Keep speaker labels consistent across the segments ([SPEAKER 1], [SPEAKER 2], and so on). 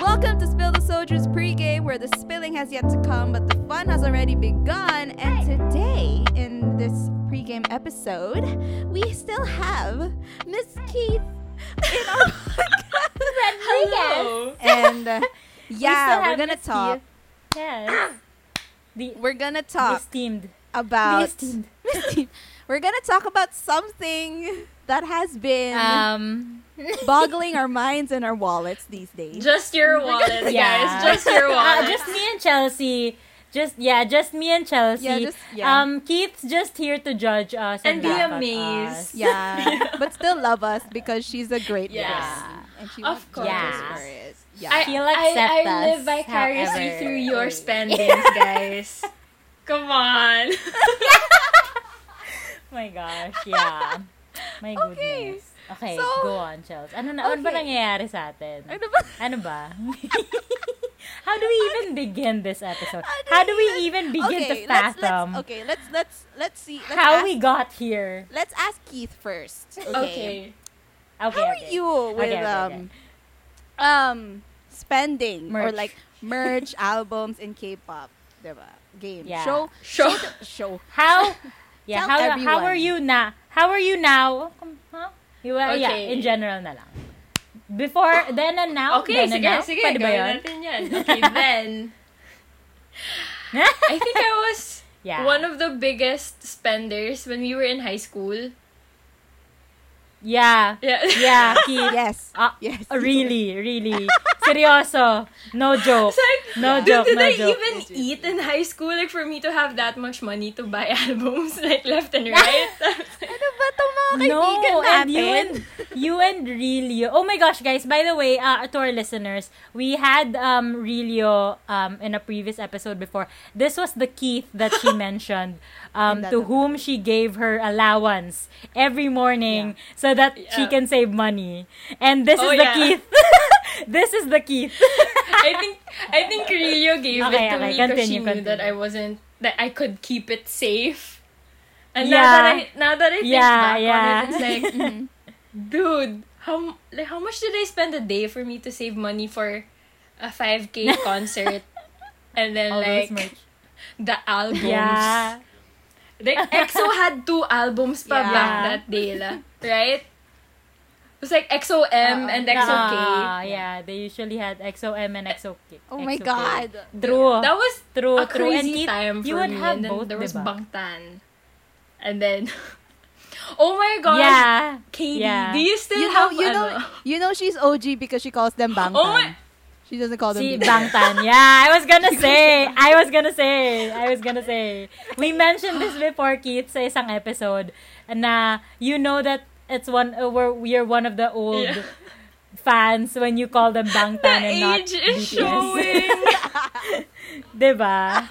[SPEAKER 1] Welcome to Spill the Soldiers pregame, where the spilling has yet to come, but the fun has already begun. And today, in this pregame episode, we still have Miss Keith in our podcast.
[SPEAKER 2] Hello.
[SPEAKER 1] and uh,
[SPEAKER 2] still
[SPEAKER 1] yeah, we're
[SPEAKER 2] have
[SPEAKER 1] gonna
[SPEAKER 2] Miss
[SPEAKER 1] talk.
[SPEAKER 2] Keith. Yes. the
[SPEAKER 1] We're gonna talk
[SPEAKER 2] esteemed. The
[SPEAKER 1] about.
[SPEAKER 2] esteemed.
[SPEAKER 1] We're gonna talk about something that has been
[SPEAKER 3] Um,
[SPEAKER 1] boggling our minds and our wallets these days.
[SPEAKER 4] Just your wallet,
[SPEAKER 2] Yeah.
[SPEAKER 4] guys. Just your wallet.
[SPEAKER 2] Uh, just me and Chelsea. Just yeah, just me and Chelsea.
[SPEAKER 1] Yeah, just- yeah.
[SPEAKER 2] Um, Keith's just here to judge us
[SPEAKER 4] and be
[SPEAKER 2] laugh at us.
[SPEAKER 4] amazed.
[SPEAKER 1] Yeah, but still love us because she's a great
[SPEAKER 4] Yeah.
[SPEAKER 1] person, and she
[SPEAKER 4] Of
[SPEAKER 1] wants to judge us
[SPEAKER 2] course.
[SPEAKER 1] for it. Yeah,
[SPEAKER 4] I,
[SPEAKER 2] He'll accept
[SPEAKER 4] I, I
[SPEAKER 2] us,
[SPEAKER 4] live vicariously
[SPEAKER 2] however.
[SPEAKER 4] through your spendings, guys. Come on.
[SPEAKER 2] Oh my gosh, yeah. My
[SPEAKER 1] Oh, Okay.
[SPEAKER 2] goodness. Okay,
[SPEAKER 1] So-
[SPEAKER 2] go on, Chelsea. Ano na, ano ba
[SPEAKER 1] Okay.
[SPEAKER 2] nangyayari sa atin?
[SPEAKER 1] ano ba?
[SPEAKER 2] Ano ba? How do we even begin this episode?
[SPEAKER 1] How do
[SPEAKER 2] How do
[SPEAKER 1] we
[SPEAKER 2] we even begin
[SPEAKER 1] okay,
[SPEAKER 2] to
[SPEAKER 1] let's,
[SPEAKER 2] fathom
[SPEAKER 1] let's okay. Let's let's let's see. Let's
[SPEAKER 2] how
[SPEAKER 1] ask,
[SPEAKER 2] we got here?
[SPEAKER 1] Let's ask Keith first. Okay.
[SPEAKER 4] Okay.
[SPEAKER 2] Okay,
[SPEAKER 1] How are
[SPEAKER 2] okay.
[SPEAKER 1] you with
[SPEAKER 2] okay,
[SPEAKER 1] um
[SPEAKER 2] okay.
[SPEAKER 1] um spending or
[SPEAKER 2] Merch.
[SPEAKER 1] like merch albums in K-pop, diba? Game
[SPEAKER 2] Yeah.
[SPEAKER 1] show
[SPEAKER 4] Show.
[SPEAKER 1] show.
[SPEAKER 2] How? Yeah,
[SPEAKER 1] Tell
[SPEAKER 2] how how
[SPEAKER 1] everyone.
[SPEAKER 2] are you now? How are you now? Huh? You are, yeah,
[SPEAKER 4] Okay.
[SPEAKER 2] in general na lang. Before, then and now?
[SPEAKER 4] Okay,
[SPEAKER 2] then and
[SPEAKER 4] sige,
[SPEAKER 2] now?
[SPEAKER 4] sige.
[SPEAKER 2] Pwede ba
[SPEAKER 4] gawin
[SPEAKER 2] yun?
[SPEAKER 4] natin yan. Okay, then. I think I was
[SPEAKER 2] yeah.
[SPEAKER 4] one of the biggest spenders when we were in high school.
[SPEAKER 2] yeah.
[SPEAKER 4] Yeah.
[SPEAKER 2] Yeah, Keith.
[SPEAKER 1] Yes.
[SPEAKER 2] Ah,
[SPEAKER 1] Yes.
[SPEAKER 2] really, really. Seryoso. No joke.
[SPEAKER 4] It's like,
[SPEAKER 2] No
[SPEAKER 4] dude,
[SPEAKER 2] joke,
[SPEAKER 4] did
[SPEAKER 2] no
[SPEAKER 4] I
[SPEAKER 2] joke.
[SPEAKER 4] even eat in high school? Like, for me to have that much money to buy albums, like, left and right?
[SPEAKER 1] Ano ba itong mga kaibigan
[SPEAKER 2] No, and you
[SPEAKER 1] natin?
[SPEAKER 2] and you and Relio. Oh my gosh, guys! By the way, uh, to our listeners, we had um Relio um in a previous episode before. This was the Keith that she mentioned, um
[SPEAKER 1] In that
[SPEAKER 2] to whom she gave her allowance every morning so that she
[SPEAKER 4] Yeah.
[SPEAKER 2] can save money. And this
[SPEAKER 4] Oh,
[SPEAKER 2] is the
[SPEAKER 4] yeah.
[SPEAKER 2] Keith. this is the Keith.
[SPEAKER 4] I think I think Rio gave
[SPEAKER 2] Okay,
[SPEAKER 4] it
[SPEAKER 2] okay,
[SPEAKER 4] to me because she
[SPEAKER 2] continue,
[SPEAKER 4] knew
[SPEAKER 2] continue.
[SPEAKER 4] that I wasn't that I could keep it safe. And now
[SPEAKER 2] Yeah.
[SPEAKER 4] that I now that I think
[SPEAKER 2] Yeah,
[SPEAKER 4] back
[SPEAKER 2] yeah. Mm-hmm.
[SPEAKER 4] on it, it's like, dude, how m- like how much did I spend a day for me to save money for a five k concert, and then
[SPEAKER 2] All those
[SPEAKER 4] like
[SPEAKER 2] merch.
[SPEAKER 4] the albums.
[SPEAKER 2] Yeah.
[SPEAKER 4] Like EXO had two albums pa
[SPEAKER 1] Yeah.
[SPEAKER 4] back that day, la, right? It was like E XOM
[SPEAKER 2] Uh,
[SPEAKER 4] and XOK.
[SPEAKER 2] Ah, yeah, they usually had XOM and XOK.
[SPEAKER 1] Oh my
[SPEAKER 2] XOK.
[SPEAKER 1] god.
[SPEAKER 2] True.
[SPEAKER 4] That was
[SPEAKER 2] True,
[SPEAKER 4] a
[SPEAKER 2] true. and
[SPEAKER 4] crazy time for
[SPEAKER 2] you would
[SPEAKER 4] me.
[SPEAKER 2] have
[SPEAKER 4] and then
[SPEAKER 2] both,
[SPEAKER 4] there was
[SPEAKER 2] diba?
[SPEAKER 4] Bangtan. And then Oh my gosh.
[SPEAKER 2] Yeah.
[SPEAKER 4] Katie,
[SPEAKER 2] yeah.
[SPEAKER 4] do you still
[SPEAKER 1] You know,
[SPEAKER 4] have
[SPEAKER 1] you know,
[SPEAKER 4] ano?
[SPEAKER 1] you know she's OG because she calls them Bangtan.
[SPEAKER 4] Oh my-
[SPEAKER 1] She doesn't call them Oh
[SPEAKER 2] Si
[SPEAKER 1] BTS.
[SPEAKER 2] Bangtan. Yeah, I was gonna say. I was gonna say. I was gonna say. We mentioned this before, Keith, sa isang episode, na you know that it's one, uh, we're, you're one of the old
[SPEAKER 4] Yeah.
[SPEAKER 2] fans when you call them Bangtan
[SPEAKER 4] The
[SPEAKER 2] and not
[SPEAKER 4] age is
[SPEAKER 2] BTS.
[SPEAKER 4] showing.
[SPEAKER 2] Diba?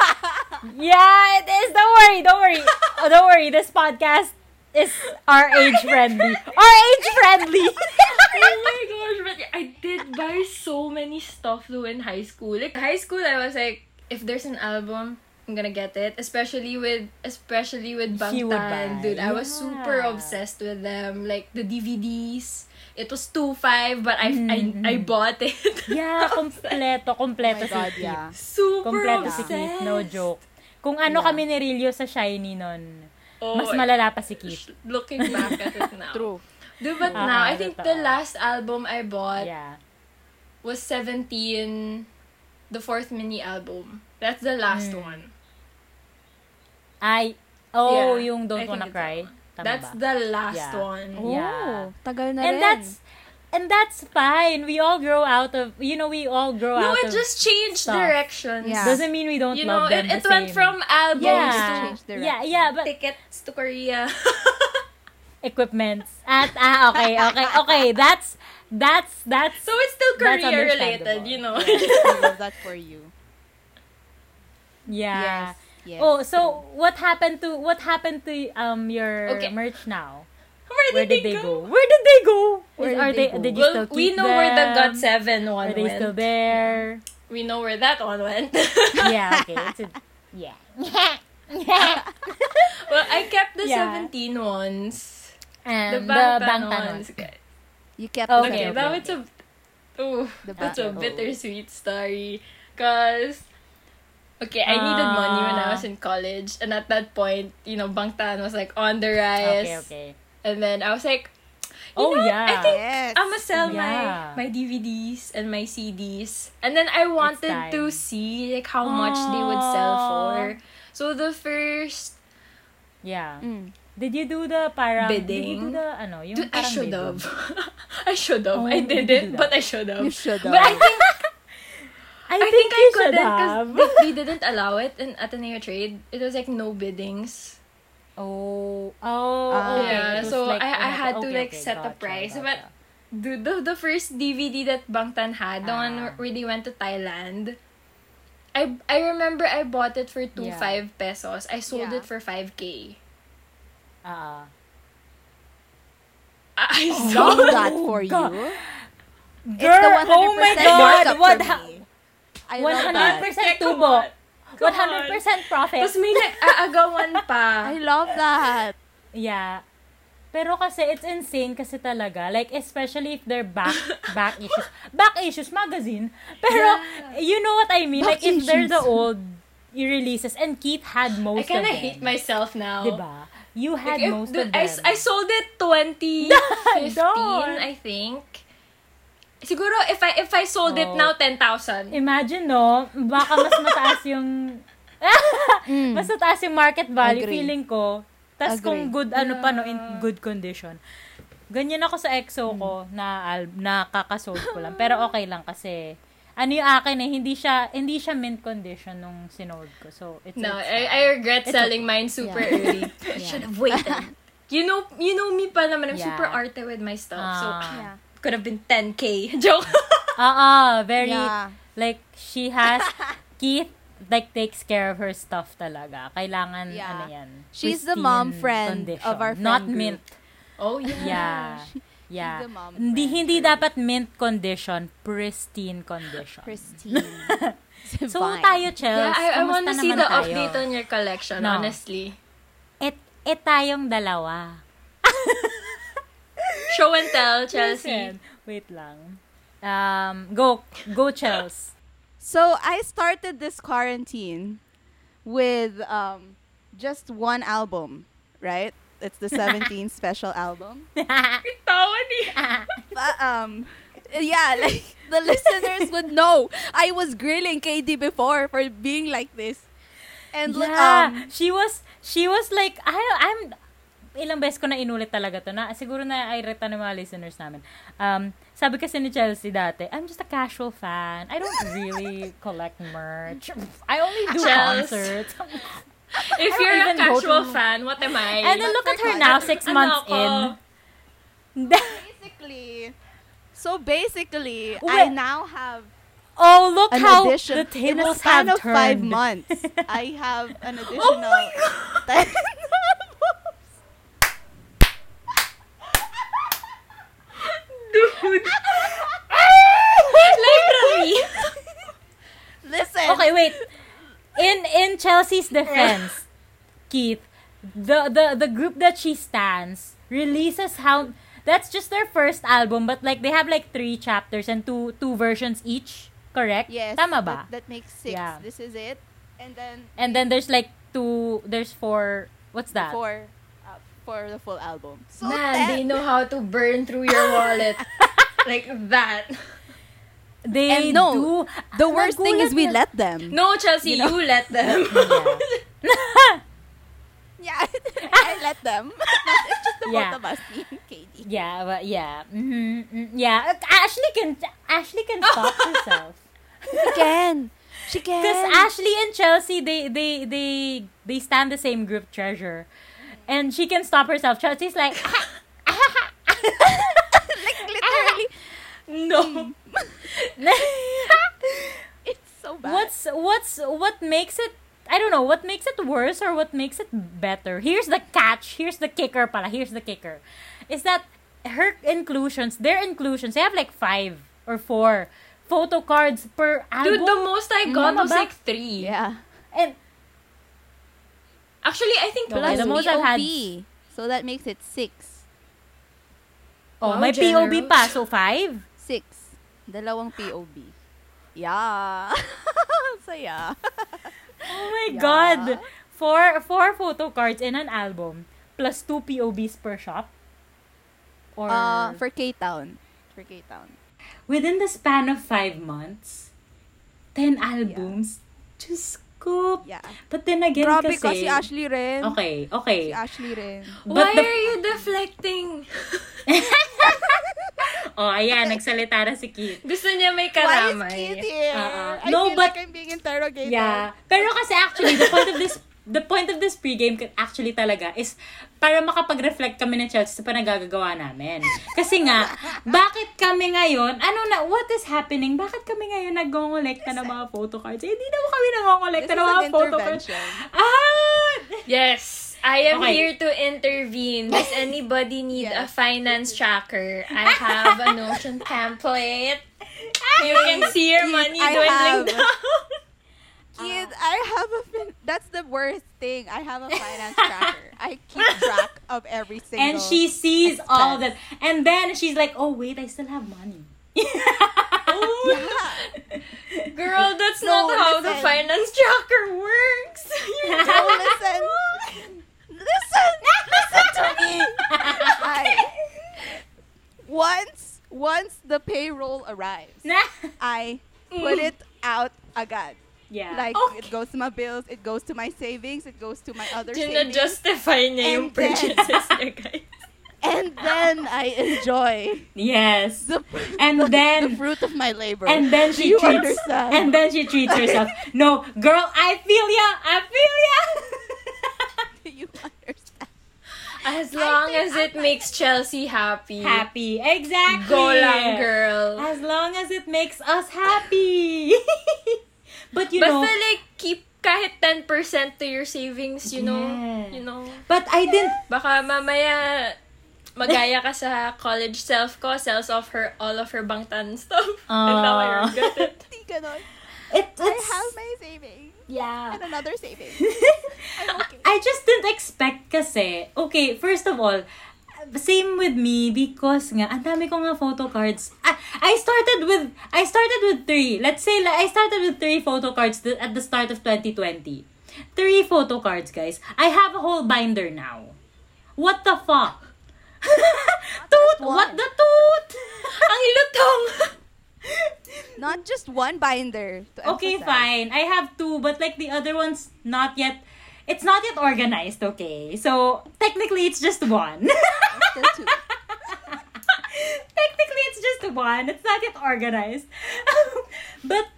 [SPEAKER 2] Yeah, it is. Don't worry. Don't worry. Oh, don't worry. This podcast is our age friendly. Our age friendly.
[SPEAKER 4] oh my gosh, but I did buy so many stuff though in high school. Like high school I was like, if there's an album, I'm gonna get it. Especially with especially with
[SPEAKER 2] He would buy,
[SPEAKER 4] Bangtan. Dude, I was
[SPEAKER 2] yeah.
[SPEAKER 4] super obsessed with them. Like the DVDs. It was two five, but I I,
[SPEAKER 2] Mm-hmm.
[SPEAKER 4] I bought it.
[SPEAKER 2] yeah, kompleto,
[SPEAKER 1] Oh my
[SPEAKER 2] kompleto
[SPEAKER 1] god,
[SPEAKER 2] si Keith.
[SPEAKER 1] yeah.
[SPEAKER 4] Super
[SPEAKER 2] Kompleto si
[SPEAKER 4] obsessed.
[SPEAKER 2] Keith, no joke. Kung ano
[SPEAKER 1] Yeah.
[SPEAKER 2] kami ni Rilio sa Shiny nun,
[SPEAKER 4] Oh,
[SPEAKER 2] mas malala pa si Keith.
[SPEAKER 4] Looking back at it now.
[SPEAKER 1] True.
[SPEAKER 4] Dude, but
[SPEAKER 2] Ah,
[SPEAKER 4] now, I think the
[SPEAKER 2] totoo.
[SPEAKER 4] last album I bought
[SPEAKER 2] Yeah.
[SPEAKER 4] was 17, the fourth mini album. That's the last
[SPEAKER 2] Mm.
[SPEAKER 4] one.
[SPEAKER 2] Ay, oh,
[SPEAKER 4] Yeah,
[SPEAKER 2] yung Don't
[SPEAKER 4] I think
[SPEAKER 2] Wanna
[SPEAKER 4] it's
[SPEAKER 2] Cry. Tama
[SPEAKER 4] That's
[SPEAKER 2] ba?
[SPEAKER 4] the last
[SPEAKER 2] Yeah.
[SPEAKER 4] one.
[SPEAKER 2] Yeah.
[SPEAKER 1] Oh, tagal na
[SPEAKER 2] and
[SPEAKER 1] rin.
[SPEAKER 2] that's, and that's fine. We all grow out of, you know, we all grow
[SPEAKER 4] No,
[SPEAKER 2] out
[SPEAKER 4] it
[SPEAKER 2] of,
[SPEAKER 4] just changed
[SPEAKER 2] stuff.
[SPEAKER 4] directions.
[SPEAKER 1] Yeah.
[SPEAKER 2] doesn't mean we don't
[SPEAKER 4] You know,
[SPEAKER 2] love them
[SPEAKER 4] it, it
[SPEAKER 2] the
[SPEAKER 4] went
[SPEAKER 2] same.
[SPEAKER 4] from albums
[SPEAKER 2] yeah.
[SPEAKER 1] Just change direction.
[SPEAKER 2] yeah, yeah,
[SPEAKER 4] to
[SPEAKER 2] but
[SPEAKER 4] tickets to Korea.
[SPEAKER 2] equipments. At ah, okay, okay, okay. That's that's that's
[SPEAKER 4] so it's still
[SPEAKER 2] That's
[SPEAKER 4] Korea related,
[SPEAKER 2] understandable.
[SPEAKER 4] you know.
[SPEAKER 1] I love that for you.
[SPEAKER 2] yeah.
[SPEAKER 1] Yes. Yes.
[SPEAKER 2] Oh, so what happened to what happened to um your
[SPEAKER 4] Okay.
[SPEAKER 2] merch now?
[SPEAKER 4] where did,
[SPEAKER 2] Where did they go? Where did they go?
[SPEAKER 1] Where
[SPEAKER 2] Is-
[SPEAKER 1] did
[SPEAKER 2] are
[SPEAKER 1] they
[SPEAKER 2] they,
[SPEAKER 1] go?
[SPEAKER 2] did you
[SPEAKER 4] Well,
[SPEAKER 2] still
[SPEAKER 4] we
[SPEAKER 2] keep
[SPEAKER 4] know where the
[SPEAKER 2] them?
[SPEAKER 4] God Seven
[SPEAKER 2] Are
[SPEAKER 4] one
[SPEAKER 2] they
[SPEAKER 4] went.
[SPEAKER 2] still there?
[SPEAKER 4] We know where that one went.
[SPEAKER 2] yeah, okay. It's a, yeah.
[SPEAKER 4] Well, I kept the
[SPEAKER 2] Yeah.
[SPEAKER 4] 17 ones.
[SPEAKER 2] And
[SPEAKER 4] the
[SPEAKER 2] the
[SPEAKER 4] Bangtan,
[SPEAKER 2] Bangtan
[SPEAKER 4] ones.
[SPEAKER 2] ones.
[SPEAKER 4] Okay,
[SPEAKER 1] You kept
[SPEAKER 2] Okay,
[SPEAKER 1] the
[SPEAKER 2] okay,
[SPEAKER 4] now
[SPEAKER 2] okay.
[SPEAKER 4] it's a Ooh,
[SPEAKER 1] The
[SPEAKER 4] that's a
[SPEAKER 1] battle.
[SPEAKER 4] bittersweet story. Cause, okay, I needed money when
[SPEAKER 2] Ah.
[SPEAKER 4] I was in college, and at that point, you know, Bangtan was like on the rise,
[SPEAKER 2] Okay, okay.
[SPEAKER 4] and then I was like, you
[SPEAKER 2] Oh,
[SPEAKER 4] know,
[SPEAKER 2] yeah.
[SPEAKER 4] I think
[SPEAKER 1] Yes.
[SPEAKER 4] I'm gonna sell
[SPEAKER 2] Yeah.
[SPEAKER 4] my my DVDs and my CDs, and then I wanted
[SPEAKER 2] time.
[SPEAKER 4] to see like how much they would sell for. So the first
[SPEAKER 2] Yeah.
[SPEAKER 1] Mm.
[SPEAKER 2] Did you do the parang... Did you do
[SPEAKER 4] Bidding?
[SPEAKER 2] the ano? Yung
[SPEAKER 4] Dude, I
[SPEAKER 2] parang
[SPEAKER 4] should
[SPEAKER 2] bidding?
[SPEAKER 4] have. I should have.
[SPEAKER 2] Oh,
[SPEAKER 4] I
[SPEAKER 2] you did
[SPEAKER 4] didn't,
[SPEAKER 2] do
[SPEAKER 4] but
[SPEAKER 2] that.
[SPEAKER 4] I should have.
[SPEAKER 1] You should
[SPEAKER 4] But I
[SPEAKER 1] have.
[SPEAKER 4] think
[SPEAKER 2] I,
[SPEAKER 4] I
[SPEAKER 2] think,
[SPEAKER 4] think
[SPEAKER 2] you
[SPEAKER 4] I
[SPEAKER 2] should
[SPEAKER 4] couldn't
[SPEAKER 2] have.
[SPEAKER 4] because they, they didn't allow it in Ateneo Trade. It was like no biddings.
[SPEAKER 2] Oh, oh,
[SPEAKER 1] Ah.
[SPEAKER 2] okay.
[SPEAKER 4] Yeah,
[SPEAKER 2] It was
[SPEAKER 4] so
[SPEAKER 2] like,
[SPEAKER 4] I- I
[SPEAKER 2] okay,
[SPEAKER 4] had to,
[SPEAKER 2] okay,
[SPEAKER 4] like,
[SPEAKER 2] okay,
[SPEAKER 4] set a
[SPEAKER 2] gotcha,
[SPEAKER 4] price,
[SPEAKER 2] gotcha.
[SPEAKER 4] but- Dude, the, the first DVD that Bangtan had, the
[SPEAKER 2] Ah.
[SPEAKER 4] one where they went to Thailand, I I remember I bought it for 2
[SPEAKER 2] Yeah.
[SPEAKER 4] 5 pesos. I sold
[SPEAKER 1] Yeah.
[SPEAKER 4] it for 5k.
[SPEAKER 2] Ah.
[SPEAKER 4] I, I
[SPEAKER 2] Oh.
[SPEAKER 1] Love
[SPEAKER 4] sold
[SPEAKER 1] that for
[SPEAKER 2] God.
[SPEAKER 1] you.
[SPEAKER 2] Girl, oh my god,
[SPEAKER 1] markup
[SPEAKER 2] what
[SPEAKER 1] for
[SPEAKER 2] ha-
[SPEAKER 1] me. I
[SPEAKER 2] One
[SPEAKER 1] love
[SPEAKER 2] hundred
[SPEAKER 1] that.
[SPEAKER 2] percent
[SPEAKER 4] Yeah, come
[SPEAKER 2] tubo.
[SPEAKER 4] on.
[SPEAKER 2] One hundred percent profit.
[SPEAKER 4] Tapos may nag-aagawan pa.
[SPEAKER 1] I love that.
[SPEAKER 2] Yeah. Pero kasi it's insane kasi talaga. Like especially if they're back back issues. Back issues magazine. Pero you know what I mean?
[SPEAKER 1] Back
[SPEAKER 2] like if they're the
[SPEAKER 1] issues.
[SPEAKER 2] old releases and Keith had
[SPEAKER 4] I
[SPEAKER 2] most of
[SPEAKER 4] kind
[SPEAKER 2] them.
[SPEAKER 4] of hate myself now.
[SPEAKER 2] Diba? You had
[SPEAKER 4] Like, if-
[SPEAKER 2] most
[SPEAKER 4] dude,
[SPEAKER 2] of them.
[SPEAKER 4] I, s- I sold it 2015,
[SPEAKER 2] Don't.
[SPEAKER 4] I think. Siguro, if I if I sold it
[SPEAKER 2] Oh.
[SPEAKER 4] now, 10,000.
[SPEAKER 2] Imagine, no? Baka mas mataas yung... mas mataas yung market value,
[SPEAKER 1] Mm. Agree.
[SPEAKER 2] feeling ko. Tapos
[SPEAKER 1] Agree.
[SPEAKER 2] kung good, ano pa, no, in good condition. Ganyan ako sa EXO ko
[SPEAKER 1] Mm.
[SPEAKER 2] na al- na kakasold ko lang. Pero okay lang kasi ano yung akin eh, hindi siya hindi siya mint condition nung sinold ko. So, it's
[SPEAKER 4] No,
[SPEAKER 2] it's
[SPEAKER 4] I, I regret selling mine super
[SPEAKER 1] Yeah.
[SPEAKER 4] early. I Should have waited. You know, you know me pa naman. I'm
[SPEAKER 2] Yeah.
[SPEAKER 4] super arte with my stuff. so,
[SPEAKER 2] Ah.
[SPEAKER 1] Yeah.
[SPEAKER 4] could have been 10k. Joke.
[SPEAKER 2] Ah, ah, very
[SPEAKER 1] Yeah.
[SPEAKER 2] like she has Keith like takes care of her stuff talaga. Kailangan
[SPEAKER 1] Yeah.
[SPEAKER 2] ano yan.
[SPEAKER 1] She's the
[SPEAKER 2] pristine
[SPEAKER 1] mom friend of our friend
[SPEAKER 2] Not
[SPEAKER 1] group.
[SPEAKER 2] mint.
[SPEAKER 4] oh, yeah.
[SPEAKER 2] Yeah. yeah.
[SPEAKER 1] the mom
[SPEAKER 2] Hindi
[SPEAKER 1] friend
[SPEAKER 2] hindi dapat mint condition, pristine condition.
[SPEAKER 1] Pristine.
[SPEAKER 2] So
[SPEAKER 1] Divine.
[SPEAKER 2] tayo Chels,
[SPEAKER 4] Yeah, I, I
[SPEAKER 2] kamusta
[SPEAKER 4] want to see
[SPEAKER 2] naman
[SPEAKER 4] the
[SPEAKER 2] tayo?
[SPEAKER 4] update on your collection,
[SPEAKER 2] No.
[SPEAKER 4] honestly.
[SPEAKER 2] Et et tayong dalawa.
[SPEAKER 4] Show and tell, Chelsea.
[SPEAKER 2] Wait lang. Um, go go Chels.
[SPEAKER 1] So I started this quarantine with um, just one album, right? It's the 17 special album.
[SPEAKER 4] Tawa ni.
[SPEAKER 1] But, um, yeah, like the listeners would know I was grilling KD before for being like this. And like,
[SPEAKER 2] yeah,
[SPEAKER 1] um,
[SPEAKER 2] she was she was like I I'm ilang beses ko na inulit talaga to na siguro na ay reta ng mga listeners namin. Um, sabi kasi ni Chelsea dati, I'm just a casual fan. I don't really collect merch. I
[SPEAKER 1] Ah,
[SPEAKER 2] only do
[SPEAKER 4] Chels.
[SPEAKER 2] concerts.
[SPEAKER 4] If
[SPEAKER 2] don't
[SPEAKER 4] you're a
[SPEAKER 2] even go
[SPEAKER 4] casual
[SPEAKER 2] to-
[SPEAKER 4] fan, what am
[SPEAKER 2] And
[SPEAKER 4] I?
[SPEAKER 2] then look at her now, six
[SPEAKER 4] Ano
[SPEAKER 2] months
[SPEAKER 4] ako?
[SPEAKER 2] in.
[SPEAKER 1] basically, so basically, I
[SPEAKER 2] Well-
[SPEAKER 1] now have
[SPEAKER 2] oh, look
[SPEAKER 1] an
[SPEAKER 2] how
[SPEAKER 1] addition
[SPEAKER 2] the
[SPEAKER 1] in a
[SPEAKER 2] tables
[SPEAKER 1] span
[SPEAKER 2] have
[SPEAKER 1] of five
[SPEAKER 2] turned.
[SPEAKER 1] months. I have an additional
[SPEAKER 4] Oh my
[SPEAKER 1] ten albums.
[SPEAKER 4] Dude. Literally.
[SPEAKER 1] Listen.
[SPEAKER 2] Okay, wait. In in Chelsea's defense, Keith, the the the group that she stands releases how that's just their first album, but like they have like three chapters and two two versions each, correct?
[SPEAKER 1] Yes.
[SPEAKER 2] Tama ba?
[SPEAKER 1] That, that makes six.
[SPEAKER 2] Yeah.
[SPEAKER 1] This is it. And then
[SPEAKER 2] and then there's like two there's four what's that?
[SPEAKER 1] four uh, for the full album. So
[SPEAKER 4] Man,
[SPEAKER 1] ten.
[SPEAKER 4] they know how to burn through your wallet. like that.
[SPEAKER 2] They
[SPEAKER 1] And no,
[SPEAKER 2] do
[SPEAKER 1] the worst thing is we let
[SPEAKER 2] Nagulat
[SPEAKER 1] them.
[SPEAKER 4] No, Chelsea, you, let them.
[SPEAKER 2] na-
[SPEAKER 1] Yeah, I let them. Not- it's just the
[SPEAKER 2] Yeah.
[SPEAKER 1] both of us, me and Katie.
[SPEAKER 2] Yeah, but yeah. mhm, mm yeah, Ashley can Ashley can stop herself.
[SPEAKER 1] She can. She can.
[SPEAKER 2] Because Ashley and Chelsea, they they they they stand the same group treasure, and she can stop herself. Chelsea's like,
[SPEAKER 1] like literally,
[SPEAKER 4] no.
[SPEAKER 1] it's so bad.
[SPEAKER 2] what's what's what makes it? I don't know what makes it worse or what makes it better. Here's the catch. Here's the kicker, pala. Here's the kicker, is that her inclusions, their inclusions, they have like five or four photo cards per
[SPEAKER 4] Dude, the
[SPEAKER 2] album,
[SPEAKER 4] most I got
[SPEAKER 2] Mama
[SPEAKER 4] was
[SPEAKER 2] ba?
[SPEAKER 4] like three.
[SPEAKER 1] Yeah.
[SPEAKER 2] and
[SPEAKER 4] Actually, I think
[SPEAKER 2] No,
[SPEAKER 4] plus
[SPEAKER 2] the most I've had-
[SPEAKER 1] BOP. So that makes it six.
[SPEAKER 2] oh,
[SPEAKER 4] Wow,
[SPEAKER 2] may POB
[SPEAKER 4] oh, generous.
[SPEAKER 2] pa, so five.
[SPEAKER 1] Six. Dalawang POB. Yeah. Saya.
[SPEAKER 2] Oh my
[SPEAKER 1] Yeah.
[SPEAKER 2] god! Four, four photo cards in an album plus two POBs per shop? Or
[SPEAKER 1] Uh, for K-Town. For K-Town.
[SPEAKER 2] within the span of five months, 10 albums? Just go.
[SPEAKER 1] Yeah.
[SPEAKER 2] But then again
[SPEAKER 1] Grabe kasi
[SPEAKER 2] kasi...
[SPEAKER 1] si Ashley rin.
[SPEAKER 2] Okay, okay.
[SPEAKER 1] Si Ashley rin.
[SPEAKER 2] But
[SPEAKER 4] Why
[SPEAKER 2] the-
[SPEAKER 4] are you deflecting?
[SPEAKER 2] Oh, ayan, nagsalita na si Keith.
[SPEAKER 4] Gusto niya may
[SPEAKER 1] Why is
[SPEAKER 4] karamay.
[SPEAKER 1] Keith here?
[SPEAKER 2] Uh-uh.
[SPEAKER 1] I
[SPEAKER 2] No,
[SPEAKER 1] feel
[SPEAKER 2] but-
[SPEAKER 1] like I'm being interrogated.
[SPEAKER 2] Yeah. Pero kasi actually, the point of this the point of this pregame ka- actually talaga is para makapag-reflect kami ng Chelsea sa panagagawa namin. Kasi nga, bakit kami ngayon, ano na, what is happening? Bakit kami ngayon nagongolekta ng mga photo cards? Eh, hindi naman kami
[SPEAKER 1] This
[SPEAKER 2] nangongolekta ng
[SPEAKER 1] is
[SPEAKER 2] mga
[SPEAKER 1] an
[SPEAKER 2] photo cards.
[SPEAKER 1] intervention.
[SPEAKER 2] Ah!
[SPEAKER 4] Yes. I am
[SPEAKER 2] Okay.
[SPEAKER 4] here to intervene. Does anybody need
[SPEAKER 1] Yes.
[SPEAKER 4] a finance tracker? I have a Notion template. You can see your money
[SPEAKER 1] I have.
[SPEAKER 4] dwindling down.
[SPEAKER 1] Kid, I have a fin- that's the worst thing. I have a finance tracker. I keep track of every single.
[SPEAKER 2] And she sees
[SPEAKER 1] expense.
[SPEAKER 2] all that. And then she's like, oh wait, I still have money.
[SPEAKER 1] Yeah.
[SPEAKER 4] Girl, that's
[SPEAKER 1] No,
[SPEAKER 4] not how the
[SPEAKER 1] listen.
[SPEAKER 4] finance tracker works. You
[SPEAKER 1] No, listen. Listen. Listen to me. I, once once the payroll arrives,
[SPEAKER 2] Na?
[SPEAKER 1] I put it out agad.
[SPEAKER 2] Yeah. Oh,
[SPEAKER 1] Like
[SPEAKER 4] Okay.
[SPEAKER 1] it goes to my bills, it goes to my savings, it goes to my other
[SPEAKER 4] Gina
[SPEAKER 1] savings.
[SPEAKER 4] justify niya yung
[SPEAKER 1] And then-
[SPEAKER 4] purchases niya, guys.
[SPEAKER 1] and then I enjoy
[SPEAKER 2] yes.
[SPEAKER 1] the
[SPEAKER 2] And
[SPEAKER 1] the-
[SPEAKER 2] then-
[SPEAKER 1] the fruit of my labor.
[SPEAKER 2] And then
[SPEAKER 1] Do
[SPEAKER 2] she
[SPEAKER 1] you
[SPEAKER 2] treats
[SPEAKER 1] understand?
[SPEAKER 2] and then she treats herself. No, girl, I feel ya. I feel ya.
[SPEAKER 1] Do you understand?
[SPEAKER 4] As long
[SPEAKER 1] think
[SPEAKER 4] as it makes Chelsea happy,
[SPEAKER 2] happy. Exactly.
[SPEAKER 4] go lang, girl.
[SPEAKER 2] As long as it makes us happy. but you know,
[SPEAKER 4] Basta like, keep kahit 10% to your savings, you know?
[SPEAKER 2] Yeah.
[SPEAKER 4] You know?
[SPEAKER 2] but I didn't
[SPEAKER 4] Baka mamaya, magaya ka sa college self ko, sells off her, all of her bangtan stuff. and now I
[SPEAKER 2] Aw.
[SPEAKER 4] regret it.
[SPEAKER 1] Di ganon.
[SPEAKER 2] it, it's
[SPEAKER 1] I have my savings
[SPEAKER 2] yeah.
[SPEAKER 1] and another savings. I'm okay.
[SPEAKER 2] I just didn't expect kasi. Okay, first of all, same with me because nga, ang dami ko nga photo cards. I, I started with, I started with three. Let's say, like, I started with three photo cards th- at the start of 2020. Three photo cards, guys. I have a whole binder now. What the fuck? toot! What the toot? ang lutong!
[SPEAKER 1] Not just one binder. to
[SPEAKER 2] okay,
[SPEAKER 1] emphasize.
[SPEAKER 2] fine. I have two, but like the other one's not yet. It's not yet organized, okay? So technically, it's just one.
[SPEAKER 1] Still two.
[SPEAKER 2] technically, it's just one. It's not yet organized. but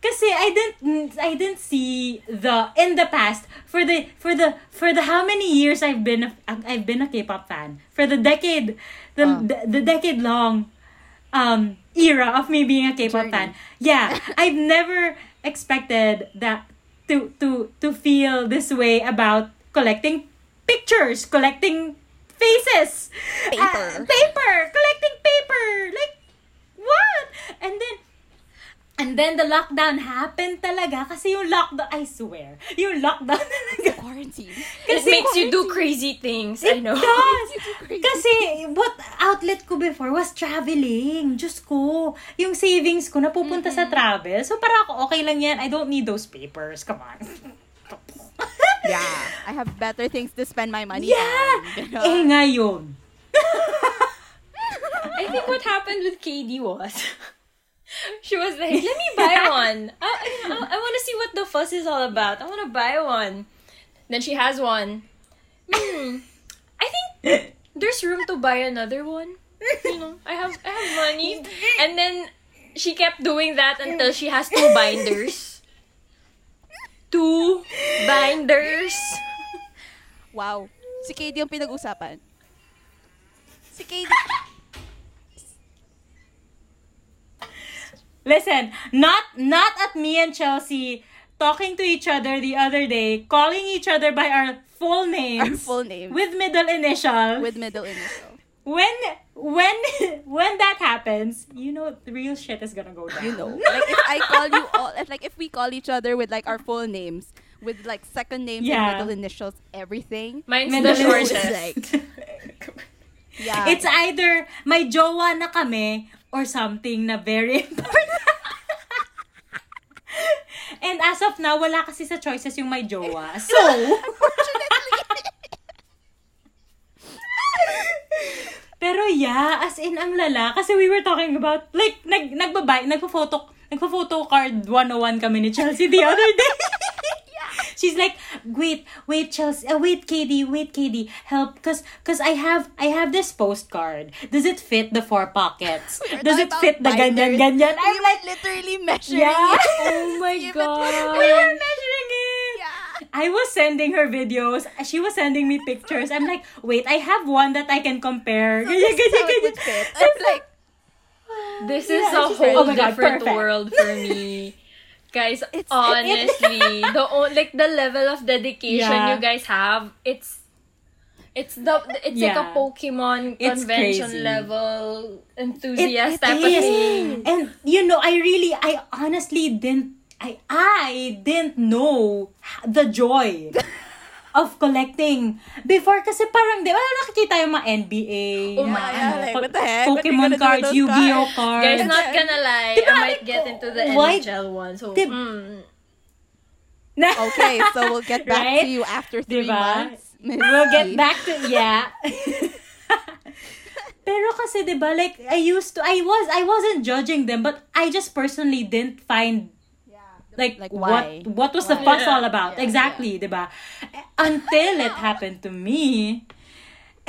[SPEAKER 2] kasi I didn't I didn't see the in the past for the for the for the how many years I've been a, I've been a K-pop fan for the decade the
[SPEAKER 1] Ah.
[SPEAKER 2] the, the decade long um era of me being a K-pop
[SPEAKER 1] Journey.
[SPEAKER 2] fan. Yeah, I've never expected that to to to feel this way about collecting pictures, collecting faces, uh,
[SPEAKER 1] Paper.
[SPEAKER 2] paper, collecting paper. Like what? And then And then the lockdown happened talaga kasi yung lockdown, I swear, yung lockdown talaga.
[SPEAKER 1] Quarantine.
[SPEAKER 4] It
[SPEAKER 2] Kasi
[SPEAKER 4] makes you
[SPEAKER 2] quarantine.
[SPEAKER 4] do crazy things, I
[SPEAKER 2] It
[SPEAKER 4] know.
[SPEAKER 2] does.
[SPEAKER 1] crazy.
[SPEAKER 2] Kasi what outlet ko before was traveling. Diyos ko. Yung savings ko napupunta sa travel. So para ako, okay lang yan. I don't need those papers. Come on.
[SPEAKER 1] Yeah. I have better things to spend my money
[SPEAKER 2] yeah.
[SPEAKER 1] on. Ganon.
[SPEAKER 2] Eh ngayon.
[SPEAKER 4] I think what happened with KD was she was like, "Let me buy one. I, I, want to see what the fuss is all about. I want to buy one." Then she has one. Hmm. I think there's room to buy another one. You know, I have I have money, and then she kept doing that until she has two binders. Two binders.
[SPEAKER 1] Wow. Si Katie yung pinag-usapan. Si Katie.
[SPEAKER 2] Listen, not not at me and Chelsea talking to each other the other day, calling each other by our full names.
[SPEAKER 1] Our full names.
[SPEAKER 2] With middle initial.
[SPEAKER 1] with middle initial.
[SPEAKER 2] when when when that happens, you know the real shit is gonna go down.
[SPEAKER 1] You know. Like if I call you all if like if we call each other with like our full names, with like second names and
[SPEAKER 2] Yeah.
[SPEAKER 1] middle initials, everything.
[SPEAKER 4] Mine's
[SPEAKER 2] Middle
[SPEAKER 4] the
[SPEAKER 2] initial is
[SPEAKER 4] shortest.
[SPEAKER 1] Yeah.
[SPEAKER 2] It's either may jowa na kami or something na very important. And as of now, wala kasi sa choices yung may jowa. So, Pero yeah, as in ang lala. Kasi we were talking about, like, nag, nagbabay, nagpo-photo, nagpo-photo card 101 kami ni Chelsea the other day. She's like, wait, wait, Chelsea, uh, wait, Katie, wait, Katie, help, cause, cause I have, I have this postcard. Does it fit the four pockets? Does it fit the ganyan, ganyan?
[SPEAKER 1] I'm
[SPEAKER 2] I'm
[SPEAKER 1] like
[SPEAKER 2] like,
[SPEAKER 1] literally measuring
[SPEAKER 2] yeah.
[SPEAKER 1] it.
[SPEAKER 2] Oh my
[SPEAKER 1] Give it-
[SPEAKER 2] We were measuring it. I was sending her videos. She was sending me pictures. I'm like, wait, I have one that I can compare. Ganyan,
[SPEAKER 1] This is
[SPEAKER 2] ganyan,
[SPEAKER 1] how it would
[SPEAKER 2] ganyan.
[SPEAKER 1] fit. I'm like,
[SPEAKER 4] This
[SPEAKER 2] Yeah,
[SPEAKER 4] is a
[SPEAKER 2] she's right.
[SPEAKER 4] whole
[SPEAKER 2] Oh my God,
[SPEAKER 4] different
[SPEAKER 2] perfect.
[SPEAKER 4] world for me. guys,
[SPEAKER 1] It's-
[SPEAKER 4] honestly, the o- like the level of dedication
[SPEAKER 2] Yeah.
[SPEAKER 4] you guys have, it's it's the it's like a
[SPEAKER 2] Yeah.
[SPEAKER 4] Pokemon
[SPEAKER 2] It's crazy.
[SPEAKER 4] convention level
[SPEAKER 2] It- it
[SPEAKER 4] enthusiast type
[SPEAKER 2] is.
[SPEAKER 4] of me.
[SPEAKER 2] And you know, I really, I honestly didn't, I, I didn't know the joy of collecting before kasi parang di ba nakikita yung mga NBA
[SPEAKER 4] Oh my
[SPEAKER 2] mga
[SPEAKER 4] God,
[SPEAKER 1] like, what the heck? What are you gonna do
[SPEAKER 2] Pokemon
[SPEAKER 1] with
[SPEAKER 2] cards
[SPEAKER 1] those
[SPEAKER 2] Yu-Gi-Oh
[SPEAKER 1] cards?
[SPEAKER 2] cards
[SPEAKER 4] Guys, not gonna lie,
[SPEAKER 2] Diba,
[SPEAKER 4] I might
[SPEAKER 2] like,
[SPEAKER 4] get into the
[SPEAKER 2] why-
[SPEAKER 4] NHL one. So,
[SPEAKER 2] Dib-
[SPEAKER 4] mm.
[SPEAKER 1] okay, so we'll get back
[SPEAKER 2] Right?
[SPEAKER 1] to you after three
[SPEAKER 2] Diba?
[SPEAKER 1] months. Miss
[SPEAKER 2] We'll
[SPEAKER 1] T.
[SPEAKER 2] get back to yeah. Pero kasi 'di ba like I used to I was I wasn't judging them but I just personally didn't find like,
[SPEAKER 1] Like, why?
[SPEAKER 2] what what was the fuss
[SPEAKER 4] Yeah,
[SPEAKER 2] all about
[SPEAKER 4] yeah,
[SPEAKER 2] exactly 'di ba until it happened to me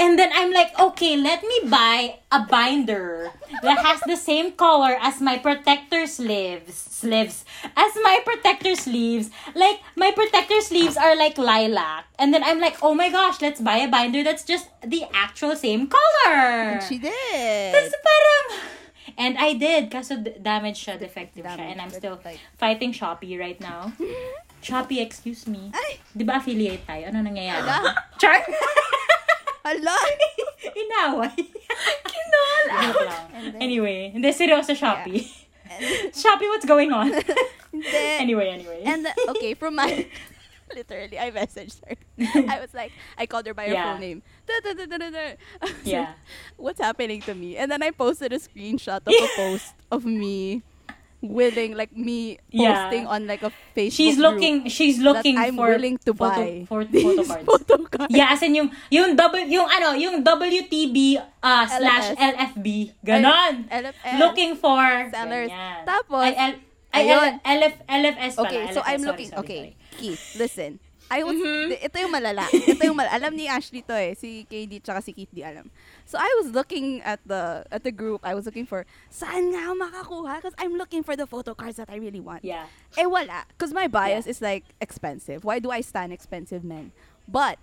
[SPEAKER 2] and then I'm like okay let me buy a binder that has the same color as my protector sleeves sleeves as my protector sleeves like my protector sleeves are like lilac and then I'm like oh my gosh let's buy a binder that's just the actual same color
[SPEAKER 1] She did.
[SPEAKER 2] Tapos parang... And I did. Kaso d- damage siya, defective siya.
[SPEAKER 1] Damage,
[SPEAKER 2] And I'm
[SPEAKER 1] but
[SPEAKER 2] still
[SPEAKER 1] like-
[SPEAKER 2] fighting Shopee right now. Shopee, excuse me.
[SPEAKER 1] Ay!
[SPEAKER 2] Di ba affiliate tayo? Ano nangyayari? Char!
[SPEAKER 1] Hala!
[SPEAKER 2] Inaway. Kinol Anyway, hindi seryoso Shopee. Shopee, what's going on?
[SPEAKER 1] Then-
[SPEAKER 2] anyway, anyway.
[SPEAKER 1] And the, okay, from my literally, I messaged her. I was like, I called her by her
[SPEAKER 2] Yeah.
[SPEAKER 1] full name. Da, da, da, da, da, da. I was like,
[SPEAKER 2] Yeah.
[SPEAKER 1] What's happening to me? And then I posted a screenshot of a post of me willing, like me
[SPEAKER 2] Yeah.
[SPEAKER 1] posting on like a Facebook.
[SPEAKER 2] she's
[SPEAKER 1] group
[SPEAKER 2] looking, she's
[SPEAKER 1] That
[SPEAKER 2] looking
[SPEAKER 1] I'm
[SPEAKER 2] for
[SPEAKER 1] willing to
[SPEAKER 2] photo,
[SPEAKER 1] buy
[SPEAKER 2] for
[SPEAKER 1] these
[SPEAKER 2] photo cards.
[SPEAKER 1] photo cards.
[SPEAKER 2] Yeah, as in yung, yung, w, yung ano, yung WTB uh, slash
[SPEAKER 1] LFS.
[SPEAKER 2] LFB. Ganon.
[SPEAKER 1] LFS.
[SPEAKER 2] Looking for
[SPEAKER 1] Sellers.
[SPEAKER 2] Ganyan.
[SPEAKER 1] Tapos,
[SPEAKER 2] Ay, L, ay,
[SPEAKER 1] ayun.
[SPEAKER 2] L, LF, LFS pala.
[SPEAKER 1] Okay, so I'm
[SPEAKER 2] LFS, sorry,
[SPEAKER 1] looking.
[SPEAKER 2] sorry,
[SPEAKER 1] okay,
[SPEAKER 2] sorry. Mm-hmm.
[SPEAKER 1] Key, listen. I was, ito yung malala. Ito yung malala. Alam ni Ashley to eh. Si KD tsaka si Keith di alam. So I was looking at the at the group. I was looking for, saan nga ako makakuha? Because I'm looking for the photo cards that I really want.
[SPEAKER 2] Yeah.
[SPEAKER 1] Eh wala. Because my bias is like expensive. Why do I stand expensive men? But,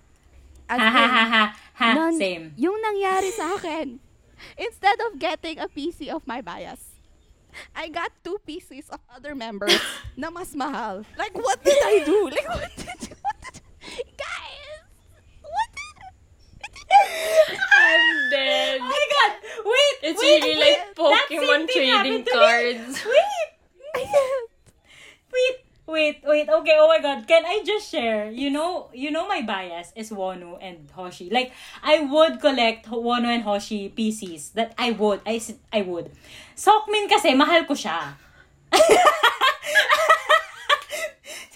[SPEAKER 1] as
[SPEAKER 2] Ha ha
[SPEAKER 1] in,
[SPEAKER 2] ha ha. ha
[SPEAKER 1] Nan-
[SPEAKER 2] same.
[SPEAKER 1] Yung nangyari sa akin, instead of getting a PC of my bias, I got two pieces of other members na mas mahal. Like, what did I do? Like, what did, what did, guys, what did, what did I
[SPEAKER 4] I'm dead.
[SPEAKER 2] Oh my god! Wait!
[SPEAKER 4] It's
[SPEAKER 2] wait,
[SPEAKER 4] really
[SPEAKER 2] wait,
[SPEAKER 4] like
[SPEAKER 2] that same
[SPEAKER 4] Pokemon
[SPEAKER 2] thing
[SPEAKER 4] trading
[SPEAKER 2] happened to me.
[SPEAKER 4] cards.
[SPEAKER 2] Wait! Wait! Wait, wait, okay, oh my god, can I just share? You know, you know my bias is Wano and Hoshi. Like, I would collect Wano and Hoshi PCs. That I would, I, s- I would. Sokmin kasi, mahal ko siya.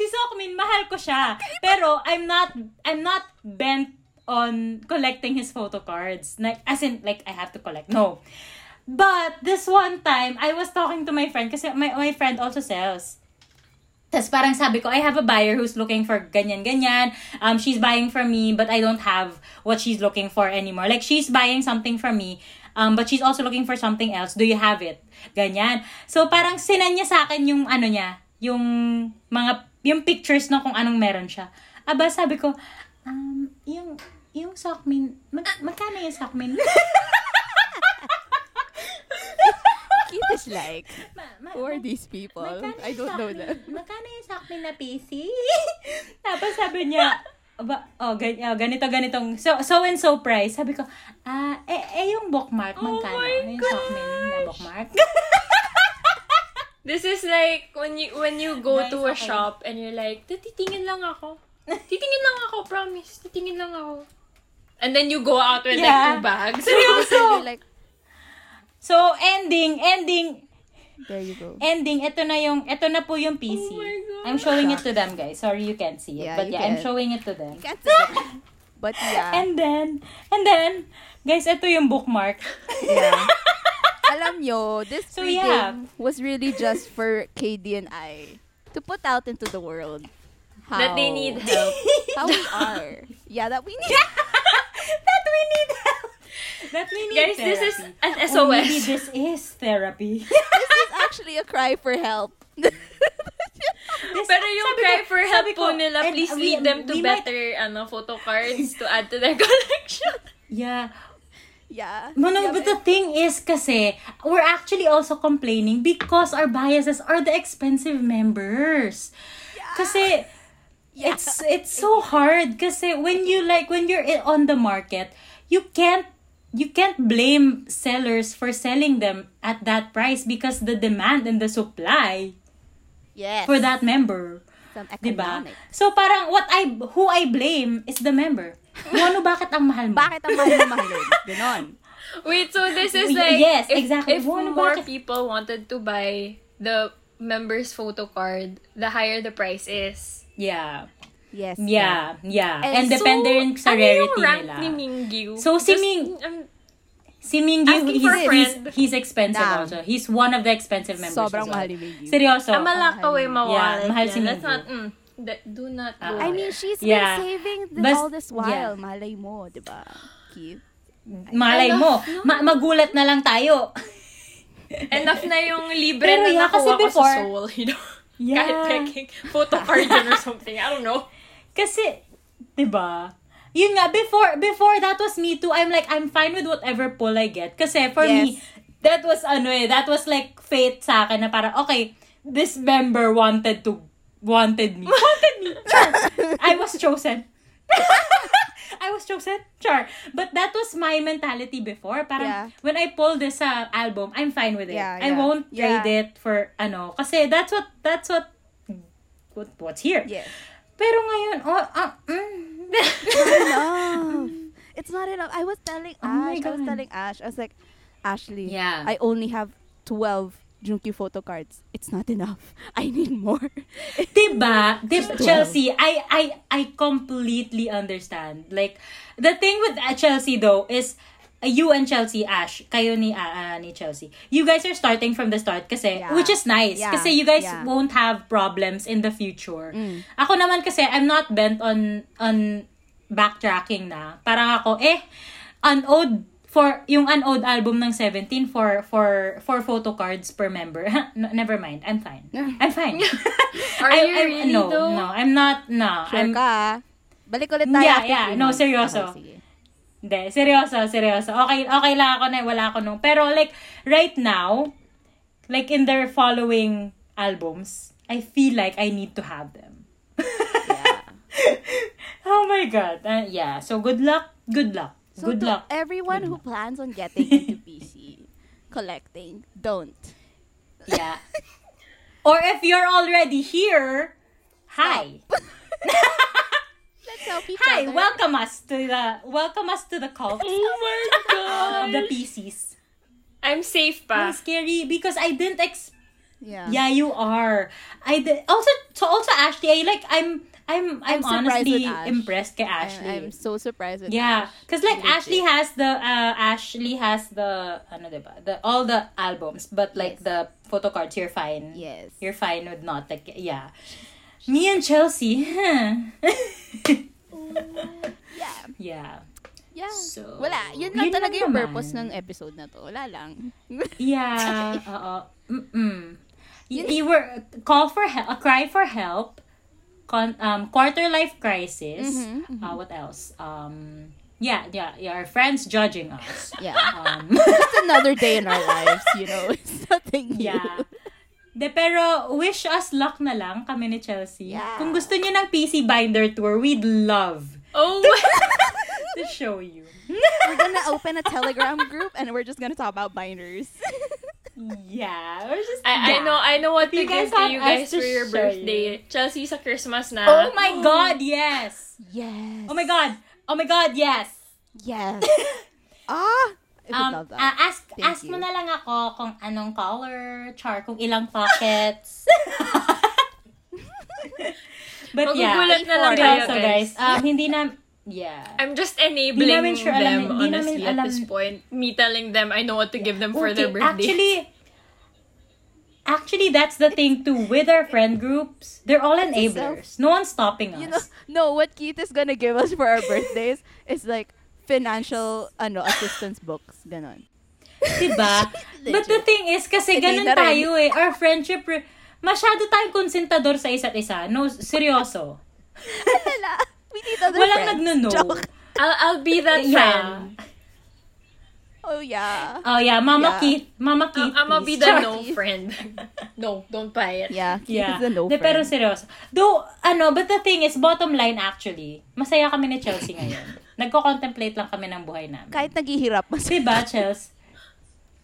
[SPEAKER 2] si Sokmin, mahal ko siya. Pero I'm not I'm not bent on collecting his photo cards. Like as in like I have to collect. No. But this one time, I was talking to my friend kasi my my friend also sells. Tapos parang sabi ko, I have a buyer who's looking for ganyan-ganyan. Um, she's buying from me, but I don't have what she's looking for anymore. Like, she's buying something from me, um, but she's also looking for something else. Do you have it? Ganyan. So, parang sinan niya sa akin yung ano niya, yung mga, yung pictures na kung anong meron siya. Aba, sabi ko, um, yung, yung Sockmin, mag, magkano yung Sockmin?
[SPEAKER 1] do? Keith is like,
[SPEAKER 2] Ma- ma-
[SPEAKER 1] who are these people?
[SPEAKER 2] Magkano
[SPEAKER 1] I don't
[SPEAKER 2] yung
[SPEAKER 1] know
[SPEAKER 2] sakmin-
[SPEAKER 1] them.
[SPEAKER 2] Magkano yung sakmin na PC? Tapos sabi niya, Aba, oh, gan- oh, ganito, ganitong, so, so and so price. Sabi ko, ah, eh, eh, yung bookmark,
[SPEAKER 4] Oh
[SPEAKER 2] magkano? Ano
[SPEAKER 4] my
[SPEAKER 2] yung sakmin na bookmark?
[SPEAKER 4] This is like when you when you go
[SPEAKER 2] Guys,
[SPEAKER 4] to a
[SPEAKER 2] okay.
[SPEAKER 4] shop and you're like, titingin lang ako. Titingin lang ako, promise. Titingin lang ako. And then you go out with like
[SPEAKER 2] Yeah.
[SPEAKER 4] two bags.
[SPEAKER 2] Seryoso!
[SPEAKER 1] They're like,
[SPEAKER 2] So, ending, ending,
[SPEAKER 1] There you go.
[SPEAKER 4] Eh,
[SPEAKER 2] ending. Ito na yung, ito na po yung PC. I'm showing it to them, guys. Sorry, you can't see it.
[SPEAKER 1] Yeah,
[SPEAKER 2] but
[SPEAKER 1] you
[SPEAKER 2] yeah, I'm
[SPEAKER 1] can.
[SPEAKER 2] showing it to them.
[SPEAKER 1] Can't see them. But yeah,
[SPEAKER 2] And then, and then, guys, ito yung bookmark.
[SPEAKER 1] yeah. Alam nyo, this
[SPEAKER 2] So,
[SPEAKER 1] free
[SPEAKER 2] yeah.
[SPEAKER 1] game was really just for KD and I to put out into the world how,
[SPEAKER 4] That they need help.
[SPEAKER 1] how we are. Yeah, that we need.
[SPEAKER 2] that we need help. That we need
[SPEAKER 4] Guys, this
[SPEAKER 2] therapy.
[SPEAKER 4] is an
[SPEAKER 2] Or maybe
[SPEAKER 4] SOS.
[SPEAKER 2] this is therapy.
[SPEAKER 1] this is actually a cry for help.
[SPEAKER 2] This-
[SPEAKER 4] Pero yung
[SPEAKER 2] sabi
[SPEAKER 4] cry
[SPEAKER 2] ko-
[SPEAKER 4] for help
[SPEAKER 2] sabi
[SPEAKER 4] po
[SPEAKER 2] ko,
[SPEAKER 4] nila,
[SPEAKER 2] and
[SPEAKER 4] please
[SPEAKER 2] we-
[SPEAKER 4] lead them to
[SPEAKER 2] we might-
[SPEAKER 4] better ano photo cards to add to their collection.
[SPEAKER 2] yeah.
[SPEAKER 1] yeah.
[SPEAKER 2] No, no,
[SPEAKER 1] Yeah,
[SPEAKER 2] but the thing is kasi, we're actually also complaining because our biases are the expensive members. Kasi, it's it's so hard kasi when you like when you're i- on the market you can't you can't blame sellers for selling them at that price because the demand and the supply
[SPEAKER 1] yes.
[SPEAKER 2] for that member
[SPEAKER 1] Some
[SPEAKER 2] diba
[SPEAKER 1] economic.
[SPEAKER 2] so parang what I who I blame is the member ano bakit ang mahal mo
[SPEAKER 1] Bakit ang mahal na mahalin? Ganon.
[SPEAKER 4] Wait, so this is
[SPEAKER 2] Y-
[SPEAKER 4] like
[SPEAKER 2] yes,
[SPEAKER 4] if,
[SPEAKER 2] exactly.
[SPEAKER 4] if
[SPEAKER 2] Wala
[SPEAKER 4] more
[SPEAKER 2] bakit-
[SPEAKER 4] people wanted to buy the member's photo card, the higher the price is.
[SPEAKER 2] yeah
[SPEAKER 1] Yes.
[SPEAKER 2] yeah yeah
[SPEAKER 1] And
[SPEAKER 2] and, depende rin sa
[SPEAKER 4] ano
[SPEAKER 2] rarity
[SPEAKER 4] yung rank
[SPEAKER 2] nila
[SPEAKER 4] ni Mingyu?
[SPEAKER 2] So, si
[SPEAKER 4] Just,
[SPEAKER 2] Ming-
[SPEAKER 4] um,
[SPEAKER 2] Si Mingyu,
[SPEAKER 4] Asking
[SPEAKER 2] he's,
[SPEAKER 4] for a
[SPEAKER 2] he's,
[SPEAKER 4] friend.
[SPEAKER 2] he's expensive
[SPEAKER 1] Nah.
[SPEAKER 2] also. He's one of the expensive members.
[SPEAKER 1] Sobrang
[SPEAKER 2] as well.
[SPEAKER 1] mahal ni Mingyu.
[SPEAKER 2] Seryoso.
[SPEAKER 4] ang malakaw eh,
[SPEAKER 2] Oh,
[SPEAKER 4] mawalay.
[SPEAKER 2] Yeah, mahal si Mingyu.
[SPEAKER 4] That's
[SPEAKER 2] Ah,
[SPEAKER 4] not, mm, that- do not go.
[SPEAKER 1] I mean, she's
[SPEAKER 2] Yeah.
[SPEAKER 1] been saving the,
[SPEAKER 2] Bas-
[SPEAKER 1] all this while.
[SPEAKER 2] yeah.
[SPEAKER 1] Malay mo, di ba? Keith?
[SPEAKER 2] Malay mo.
[SPEAKER 4] Ano?
[SPEAKER 2] Ma- magulat na lang tayo.
[SPEAKER 4] Enough na yung libre
[SPEAKER 2] Pero
[SPEAKER 4] na
[SPEAKER 2] yeah, kasi
[SPEAKER 4] nakuha ko
[SPEAKER 2] before-
[SPEAKER 4] sa Seoul, you know?
[SPEAKER 2] Yeah.
[SPEAKER 4] Kahit taking photo card yun or something. I don't know.
[SPEAKER 2] Kasi, di ba? Yun nga, before, before that was me too. I'm like, I'm fine with whatever pull I get. Kasi for
[SPEAKER 1] Yes.
[SPEAKER 2] me, that was ano eh, that was like fate sa akin na parang, okay, this member wanted to, wanted me. Wanted me. Char. I was chosen. I was chosen. Char. But that was my mentality before. Parang,
[SPEAKER 1] Yeah.
[SPEAKER 2] when I pull this uh, album, I'm fine with it.
[SPEAKER 1] Yeah,
[SPEAKER 2] I
[SPEAKER 1] yeah.
[SPEAKER 2] won't trade
[SPEAKER 1] Yeah.
[SPEAKER 2] it for, ano, kasi that's what, that's what, what what's here.
[SPEAKER 1] Yes.
[SPEAKER 2] Pero ngayon, oh, ah, mm.
[SPEAKER 1] enough. It's not enough. I was telling
[SPEAKER 2] Oh my
[SPEAKER 1] Ash. I was
[SPEAKER 2] God.
[SPEAKER 1] telling Ash. I was like, Ashley,
[SPEAKER 2] Yeah.
[SPEAKER 1] I only have 12 Junky photo cards. It's not enough. I need more.
[SPEAKER 2] diba? Dib- Chelsea, I, I, I completely understand. Like, the thing with uh, Chelsea though is, uh, you and Chelsea, Ash, kayo ni, ah, ah, ni Chelsea, you guys are starting from the start kasi,
[SPEAKER 1] Yeah.
[SPEAKER 2] which is nice.
[SPEAKER 1] Yeah.
[SPEAKER 2] Kasi you guys
[SPEAKER 1] Yeah. Mm.
[SPEAKER 2] won't have problems in the future. Ako naman kasi, I'm not bent on, on backtracking na. Parang ako, eh, unowed for yung unowed album ng 17 for for for photo cards per member. N- Never mind, I'm fine. I'm fine.
[SPEAKER 4] Are
[SPEAKER 2] I-
[SPEAKER 4] you
[SPEAKER 2] I'm-
[SPEAKER 4] really
[SPEAKER 2] no,
[SPEAKER 4] though?
[SPEAKER 2] no, I'm not, no.
[SPEAKER 1] Sure
[SPEAKER 2] I'm,
[SPEAKER 1] ka, ah. Balik ulit tayo. after
[SPEAKER 2] Yeah, yeah.
[SPEAKER 1] three
[SPEAKER 2] No,
[SPEAKER 1] months.
[SPEAKER 2] seryoso.
[SPEAKER 1] Okay, Oh, sige.
[SPEAKER 2] Hindi, seryoso, seryoso. Okay, okay lang ako na wala ako nung. Pero like, right now, like in their following albums, I feel like I need to have them.
[SPEAKER 1] Yeah.
[SPEAKER 2] Oh my God. Uh, yeah, so good luck, good luck,
[SPEAKER 1] So
[SPEAKER 2] good
[SPEAKER 1] to
[SPEAKER 2] luck.
[SPEAKER 1] everyone who plans on getting into PC collecting, don't.
[SPEAKER 2] Yeah. Or if you're already here, hi.
[SPEAKER 1] Let's help each
[SPEAKER 2] Hi,
[SPEAKER 1] other.
[SPEAKER 2] welcome us to the, welcome us to the cult
[SPEAKER 4] Oh my
[SPEAKER 2] of
[SPEAKER 4] God.
[SPEAKER 2] the PCs.
[SPEAKER 4] I'm safe pa.
[SPEAKER 2] It's scary because I didn't expect
[SPEAKER 1] Yeah.
[SPEAKER 2] Yeah, you are. I di- also so also Ashley. I like I'm I'm
[SPEAKER 1] I'm
[SPEAKER 2] I'm,
[SPEAKER 1] surprised
[SPEAKER 2] honestly
[SPEAKER 1] with Ash.
[SPEAKER 2] impressed kay
[SPEAKER 1] I-
[SPEAKER 2] Ashley.
[SPEAKER 1] I'm so surprised with
[SPEAKER 2] yeah, cause like
[SPEAKER 1] Legit.
[SPEAKER 2] Ashley has the uh Ashley has the ano diba, the all the albums, but like
[SPEAKER 1] Yes.
[SPEAKER 2] the photo cards you're fine.
[SPEAKER 1] Yes.
[SPEAKER 2] you're fine with not like yeah. Me and Chelsea. huh.
[SPEAKER 1] Yeah.
[SPEAKER 2] yeah.
[SPEAKER 1] Yeah.
[SPEAKER 4] So-
[SPEAKER 1] Ah. Wala. Yun lang
[SPEAKER 2] Yun
[SPEAKER 1] talaga
[SPEAKER 2] lang
[SPEAKER 1] yung
[SPEAKER 2] naman.
[SPEAKER 1] purpose ng episode na to. Wala lang.
[SPEAKER 2] Yeah. Oo. Mm-mm. You, you were call for help, a cry for help, con, um quarter life crisis. Uh, what else? Um yeah, yeah, yeah, our friends judging us.
[SPEAKER 1] yeah.
[SPEAKER 2] Um
[SPEAKER 1] Just another day in our lives, you know. It's nothing new.
[SPEAKER 2] yeah. De, pero wish us luck na lang kami ni Chelsea.
[SPEAKER 1] Yeah.
[SPEAKER 2] Kung gusto niyo ng PC binder tour, we'd love
[SPEAKER 4] Oh,
[SPEAKER 2] to show you.
[SPEAKER 1] We're gonna open a Telegram group and we're just gonna talk about binders.
[SPEAKER 2] Yeah. We're just,
[SPEAKER 4] I, I
[SPEAKER 2] yeah.
[SPEAKER 4] know, I know
[SPEAKER 2] If
[SPEAKER 4] what to
[SPEAKER 2] you guys
[SPEAKER 4] give to
[SPEAKER 2] want
[SPEAKER 4] you
[SPEAKER 2] us
[SPEAKER 4] guys
[SPEAKER 2] to
[SPEAKER 4] for your
[SPEAKER 2] show
[SPEAKER 4] birthday. Chelsea, sa Christmas na.
[SPEAKER 2] Oh my god, yes.
[SPEAKER 1] yes.
[SPEAKER 2] Oh my god. Oh my god, yes.
[SPEAKER 1] Yes. Ah. I would
[SPEAKER 2] Um,
[SPEAKER 1] love that.
[SPEAKER 2] ah, ask
[SPEAKER 1] Thank
[SPEAKER 2] ask mo
[SPEAKER 1] you.
[SPEAKER 2] na lang ako kung anong color, char, kung ilang pockets. But yeah,
[SPEAKER 4] Magugulat na lang
[SPEAKER 2] for
[SPEAKER 4] kayo,
[SPEAKER 2] also,
[SPEAKER 4] guys.
[SPEAKER 2] guys. Um, hindi na, yeah.
[SPEAKER 4] I'm just
[SPEAKER 2] Di
[SPEAKER 4] enabling
[SPEAKER 2] namin sure alam eh.
[SPEAKER 4] them,
[SPEAKER 2] Di namin
[SPEAKER 4] honestly, at
[SPEAKER 2] alam-
[SPEAKER 4] this point. Me telling them I know what to give them for their
[SPEAKER 2] Okay,
[SPEAKER 4] birthday.
[SPEAKER 2] Actually, actually, that's the thing too. With our friend groups, they're all
[SPEAKER 1] It's a
[SPEAKER 2] enablers. No one's stopping us.
[SPEAKER 1] You know, no, what Keith is gonna give us for our birthdays is like financial ano, assistance books. Ganon.
[SPEAKER 2] Diba? But the thing is, kasi
[SPEAKER 1] Hindi
[SPEAKER 2] ganun
[SPEAKER 1] na rin.
[SPEAKER 2] tayo eh. Our friendship, re- masyado tayong konsentador sa isa't isa. No, seryoso.
[SPEAKER 1] Wala. We need other
[SPEAKER 2] Walang
[SPEAKER 1] friends.
[SPEAKER 2] nagno-know.
[SPEAKER 1] Joke.
[SPEAKER 4] I'll, I'll be that
[SPEAKER 2] Yeah.
[SPEAKER 4] friend.
[SPEAKER 1] Oh, yeah.
[SPEAKER 2] Oh yeah, Mama
[SPEAKER 1] Yeah.
[SPEAKER 2] Keith. Mama Keith,
[SPEAKER 4] I'm gonna be
[SPEAKER 2] please.
[SPEAKER 4] the
[SPEAKER 2] Char.
[SPEAKER 4] no friend. no, don't buy it.
[SPEAKER 1] Yeah, Keith
[SPEAKER 2] Yeah.
[SPEAKER 1] is a no
[SPEAKER 2] De, pero
[SPEAKER 1] friend.
[SPEAKER 2] seryoso. Though, ano, but the thing is, bottom line actually, masaya kami ni Chelsea ngayon. Nagko-contemplate lang kami ng buhay namin.
[SPEAKER 1] Kahit naghihirap, mas
[SPEAKER 2] Diba, Chels?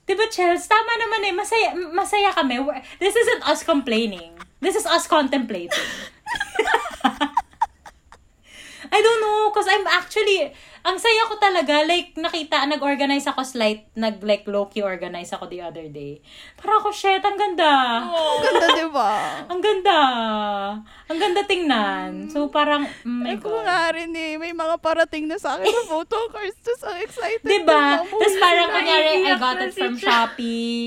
[SPEAKER 2] Diba, Chels? Tama naman eh. Masaya, m- masaya kami. We're- This isn't us complaining. This is us contemplating. I don't know, cause I'm actually, ang saya ko talaga, like, nakita, nag-organize ako slight, nag, like, low-key organize ako the other day. Parang ako, shit, ang ganda.
[SPEAKER 1] ganda, di ba?
[SPEAKER 2] Ang ganda. Ang ganda tingnan. So, parang, oh my
[SPEAKER 1] Ako
[SPEAKER 2] God.
[SPEAKER 1] nga rin eh. May mga parating na sa akin na photo cards. Just so excited.
[SPEAKER 2] Diba?
[SPEAKER 1] ko. Mamuhi
[SPEAKER 2] Tapos parang
[SPEAKER 1] na.
[SPEAKER 2] kunyari, I
[SPEAKER 4] Naiiyak
[SPEAKER 2] got
[SPEAKER 4] na
[SPEAKER 2] it
[SPEAKER 4] si
[SPEAKER 2] from
[SPEAKER 4] Ch-
[SPEAKER 2] Shopee.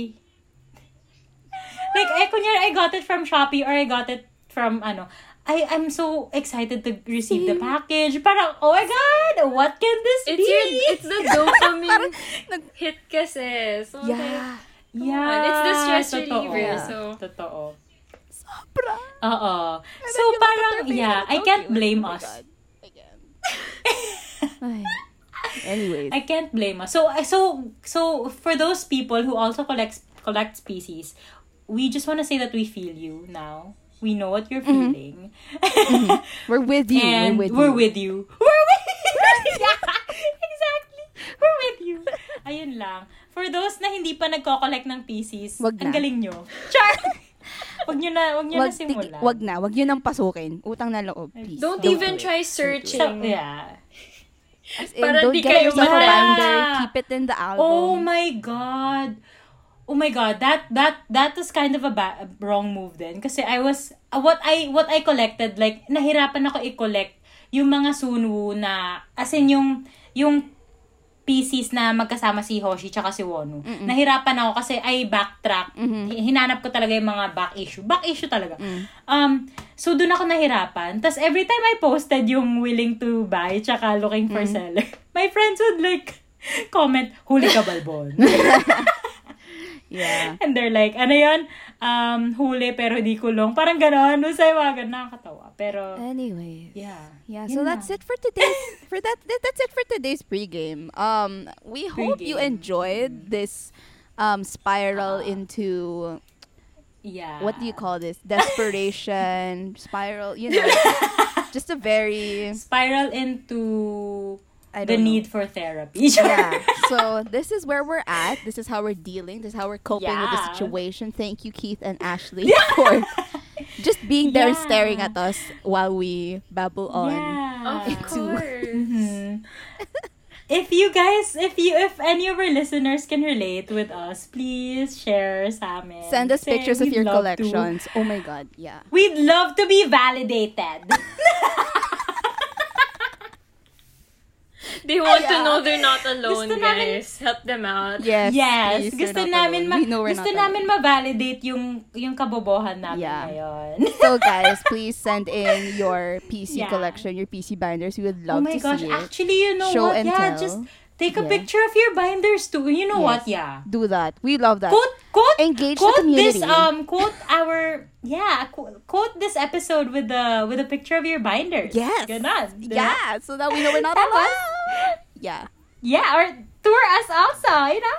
[SPEAKER 2] Like, eh, kunyari, I got it from Shopee or I got it from, ano, I, I'm so excited to receive the package. Parang, oh my God, what can this
[SPEAKER 4] It's
[SPEAKER 2] be?
[SPEAKER 4] your, it's the dopamine
[SPEAKER 1] nag-
[SPEAKER 4] hit kasi. So,
[SPEAKER 1] Yeah.
[SPEAKER 2] yeah.
[SPEAKER 4] It's the stress
[SPEAKER 2] totoo.
[SPEAKER 4] reliever, so.
[SPEAKER 2] Totoo.
[SPEAKER 1] Sobra.
[SPEAKER 2] Oo.
[SPEAKER 1] And then
[SPEAKER 2] So,
[SPEAKER 1] yung
[SPEAKER 2] parang,
[SPEAKER 1] nakaturping
[SPEAKER 2] yeah,
[SPEAKER 1] na
[SPEAKER 2] I
[SPEAKER 1] totoo
[SPEAKER 2] can't
[SPEAKER 1] yun.
[SPEAKER 2] blame
[SPEAKER 1] Oh my
[SPEAKER 2] us.
[SPEAKER 1] God. I can't. Ay. Anyways.
[SPEAKER 2] I can't blame us. So so so for those people who also collect collect species, we just want to say that we feel you now. We know what you're feeling,
[SPEAKER 1] We're with Mm-hmm. you.
[SPEAKER 2] and
[SPEAKER 1] we're with
[SPEAKER 2] we're
[SPEAKER 1] you.
[SPEAKER 2] with you. We're with you. yeah, exactly. We're with you. Ayun lang. For those na hindi pa nagko-collect ng species,
[SPEAKER 1] Wag
[SPEAKER 2] ang
[SPEAKER 1] na.
[SPEAKER 2] galing nyo. Char! wag nyo na, wag nyo
[SPEAKER 1] Wag,
[SPEAKER 2] na simulan.
[SPEAKER 1] tigi- wag na. Wag yun ang pasukin. Utang na loob. Please.
[SPEAKER 4] Don't, even
[SPEAKER 1] do it.
[SPEAKER 4] try
[SPEAKER 2] So,
[SPEAKER 4] searching.
[SPEAKER 2] yeah.
[SPEAKER 1] As in,
[SPEAKER 4] Para
[SPEAKER 1] don't
[SPEAKER 4] di
[SPEAKER 1] get
[SPEAKER 4] kayo
[SPEAKER 1] yourself
[SPEAKER 2] ma-
[SPEAKER 1] under.
[SPEAKER 2] Yeah.
[SPEAKER 1] Keep it in the album.
[SPEAKER 2] Oh my god. Oh my god, that that that was kind of a ba- wrong move then kasi I was uh, what I what I collected like nahirapan ako i-collect yung mga Sunwoo na as in yung yung pieces na magkasama si Hoshi tsaka si Wonu. Nahirapan ako kasi I backtrack.
[SPEAKER 1] Mm-hmm.
[SPEAKER 2] Hi- Hinanap ko talaga yung mga back issue. Back issue talaga.
[SPEAKER 1] Mm.
[SPEAKER 2] Um, so, dun ako nahirapan. Tapos, every time I posted yung willing to buy tsaka looking
[SPEAKER 1] Mm.
[SPEAKER 2] for seller, my friends would like comment, huli ka balbon.
[SPEAKER 1] Yeah.
[SPEAKER 2] And they're like, ano yan? Um, huli pero di kulong. Parang ganon. Usay wagan. Nakakatawa. Pero,
[SPEAKER 1] Anyways.
[SPEAKER 2] yeah.
[SPEAKER 1] Yeah,
[SPEAKER 2] Yun
[SPEAKER 1] so that's
[SPEAKER 2] lang.
[SPEAKER 1] it for today's for that, that that's it for today's pregame. Um we hope you
[SPEAKER 2] Pregame. Ah.
[SPEAKER 1] enjoyed this um spiral into
[SPEAKER 2] Yeah.
[SPEAKER 1] what do you call this?
[SPEAKER 2] Ah.
[SPEAKER 1] Desperation spiral, you know. just a very
[SPEAKER 2] Spiral into
[SPEAKER 1] I
[SPEAKER 2] the
[SPEAKER 1] don't know.
[SPEAKER 2] need for therapy.
[SPEAKER 1] yeah. So this is where we're at. This is how we're dealing. This is how we're coping with
[SPEAKER 2] Yeah.
[SPEAKER 1] the situation. Thank you, Keith and Ashley, for just being there and
[SPEAKER 2] Yeah.
[SPEAKER 1] staring at us while we babble on.
[SPEAKER 2] Yeah.
[SPEAKER 4] Of course.
[SPEAKER 2] Mhm. if you guys, if you, if any of our listeners can relate with us, please share sa amin.
[SPEAKER 1] Send us
[SPEAKER 2] Kasi
[SPEAKER 1] pictures of
[SPEAKER 2] we'd
[SPEAKER 1] your
[SPEAKER 2] love to-
[SPEAKER 1] collections. Oh my god, yeah.
[SPEAKER 2] We'd love to be validated.
[SPEAKER 4] They want
[SPEAKER 1] Yeah.
[SPEAKER 4] to know they're not alone,
[SPEAKER 2] Gusto namin-
[SPEAKER 4] guys. Help them out.
[SPEAKER 1] Yes.
[SPEAKER 2] yes.
[SPEAKER 1] please,
[SPEAKER 2] gusto
[SPEAKER 1] we're not alone.
[SPEAKER 2] namin, ma-
[SPEAKER 1] we know we're
[SPEAKER 2] gusto
[SPEAKER 1] not
[SPEAKER 2] namin ma-validate yung, yung kabobohan namin
[SPEAKER 1] Yeah.
[SPEAKER 2] ngayon.
[SPEAKER 1] alone. So guys, please send in your PC
[SPEAKER 2] Yeah.
[SPEAKER 1] collection, your PC binders. We would
[SPEAKER 2] oh
[SPEAKER 1] love to
[SPEAKER 2] my gosh,
[SPEAKER 1] see it.
[SPEAKER 2] actually, you know
[SPEAKER 1] Show
[SPEAKER 2] what?
[SPEAKER 1] and
[SPEAKER 2] yeah,
[SPEAKER 1] tell.
[SPEAKER 2] just take a
[SPEAKER 1] Yeah.
[SPEAKER 2] picture of your binders too. You know what?
[SPEAKER 1] Yes.
[SPEAKER 2] Yeah.
[SPEAKER 1] Do that. We love that.
[SPEAKER 2] quote quote
[SPEAKER 1] Uh, Engage the
[SPEAKER 2] quote this
[SPEAKER 1] community.
[SPEAKER 2] um quote our yeah qu- quote this episode with the with a picture of your binders.
[SPEAKER 1] Yes.
[SPEAKER 2] Ganon. diba?
[SPEAKER 1] yeah, so that we know we're not
[SPEAKER 2] Tama.
[SPEAKER 1] alone. Yeah.
[SPEAKER 2] Yeah, or tour us also, you know.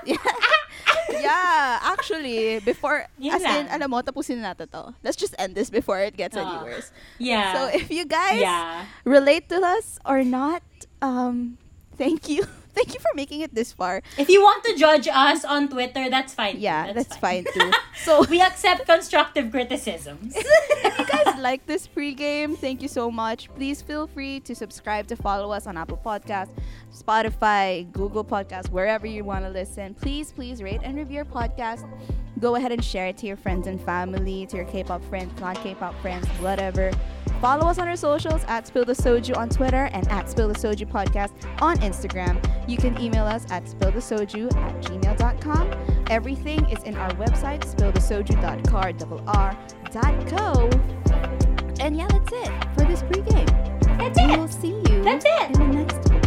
[SPEAKER 1] yeah, actually, before,
[SPEAKER 2] Yun
[SPEAKER 1] as in,
[SPEAKER 2] lang.
[SPEAKER 1] alam mo, tapusin na natin to. Let's just end this before it gets any
[SPEAKER 2] Oo.
[SPEAKER 1] worse.
[SPEAKER 2] Yeah.
[SPEAKER 1] So, if you guys
[SPEAKER 2] yeah.
[SPEAKER 1] relate to us or not, um, thank you. Thank you for making it this far.
[SPEAKER 2] If you want to judge us on Twitter, that's fine.
[SPEAKER 1] Yeah, that's, fine. too.
[SPEAKER 2] So we accept constructive criticisms.
[SPEAKER 1] if you guys like this pregame, thank you so much. Please feel free to subscribe to follow us on Apple Podcasts, Spotify, Google Podcasts, wherever you want to listen. Please, please rate and review our podcast. Go ahead and share it to your friends and family, to your K-pop friends, non-K-pop friends, whatever. Follow us on our socials at Spill the Soju on Twitter and at Spill the Soju Podcast on Instagram. You can email us at spillthesoju at gmail.com. Everything is in our website, spillthesoju.car.r.co. And yeah, that's it for this pregame.
[SPEAKER 2] That's it.
[SPEAKER 1] We'll see you
[SPEAKER 2] That's it.
[SPEAKER 1] in the next one.